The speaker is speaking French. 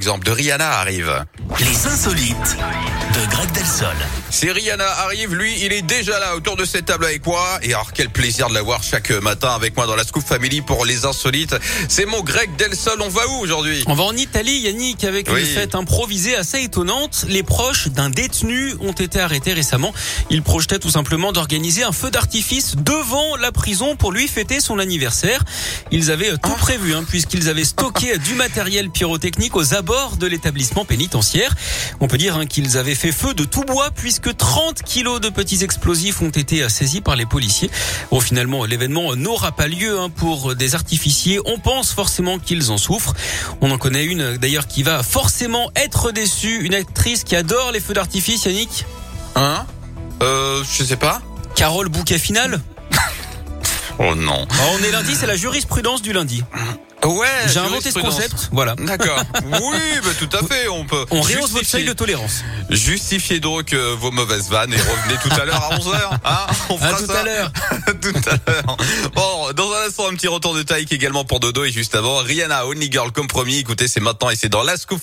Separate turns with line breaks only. exemple, de Rihanna arrive.
Les insolites de Greg Delsol.
Si Rihanna arrive, lui, il est déjà là autour de cette table avec moi. Et alors, quel plaisir de l'avoir chaque matin avec moi dans la Scoop Family pour les insolites. C'est mon Greg Delsol. On va où aujourd'hui
On va en Italie, Yannick, avec
Oui.
une fête improvisée assez étonnante. Les proches d'un détenu ont été arrêtés récemment. Ils projetaient tout simplement d'organiser un feu d'artifice devant la prison pour lui fêter son anniversaire. Ils avaient tout prévu, hein, puisqu'ils avaient stocké du matériel pyrotechnique aux abords de l'établissement pénitentiaire. On peut dire hein, qu'ils avaient fait feu de tout bois, puisque 30 kilos de petits explosifs ont été euh, saisis par les policiers. Bon, finalement, l'événement n'aura pas lieu hein, pour des artificiers. On pense forcément qu'ils en souffrent. On en connaît une euh, d'ailleurs qui va forcément être déçue, une actrice qui adore les feux d'artifice, Yannick.
Hein Euh, je sais pas.
Carole Bouquet Final. Ah,
Oh non.
on est lundi, c'est la jurisprudence du lundi.
Ouais.
J'ai inventé ce
jurisprudence.
concept. Voilà.
D'accord. Oui, bah, tout à fait. On peut.
On réhausse votre
justifier-
seuil de tolérance.
Justifiez donc euh, vos mauvaises vannes et revenez tout à l'heure à 11h. Hein on
À
fera
tout
ça.
à l'heure.
tout à l'heure. Bon, dans un instant, un petit retour de taille également pour Dodo et juste avant, Rihanna, Only Girl comme promis. Écoutez, c'est maintenant et c'est dans la Scoop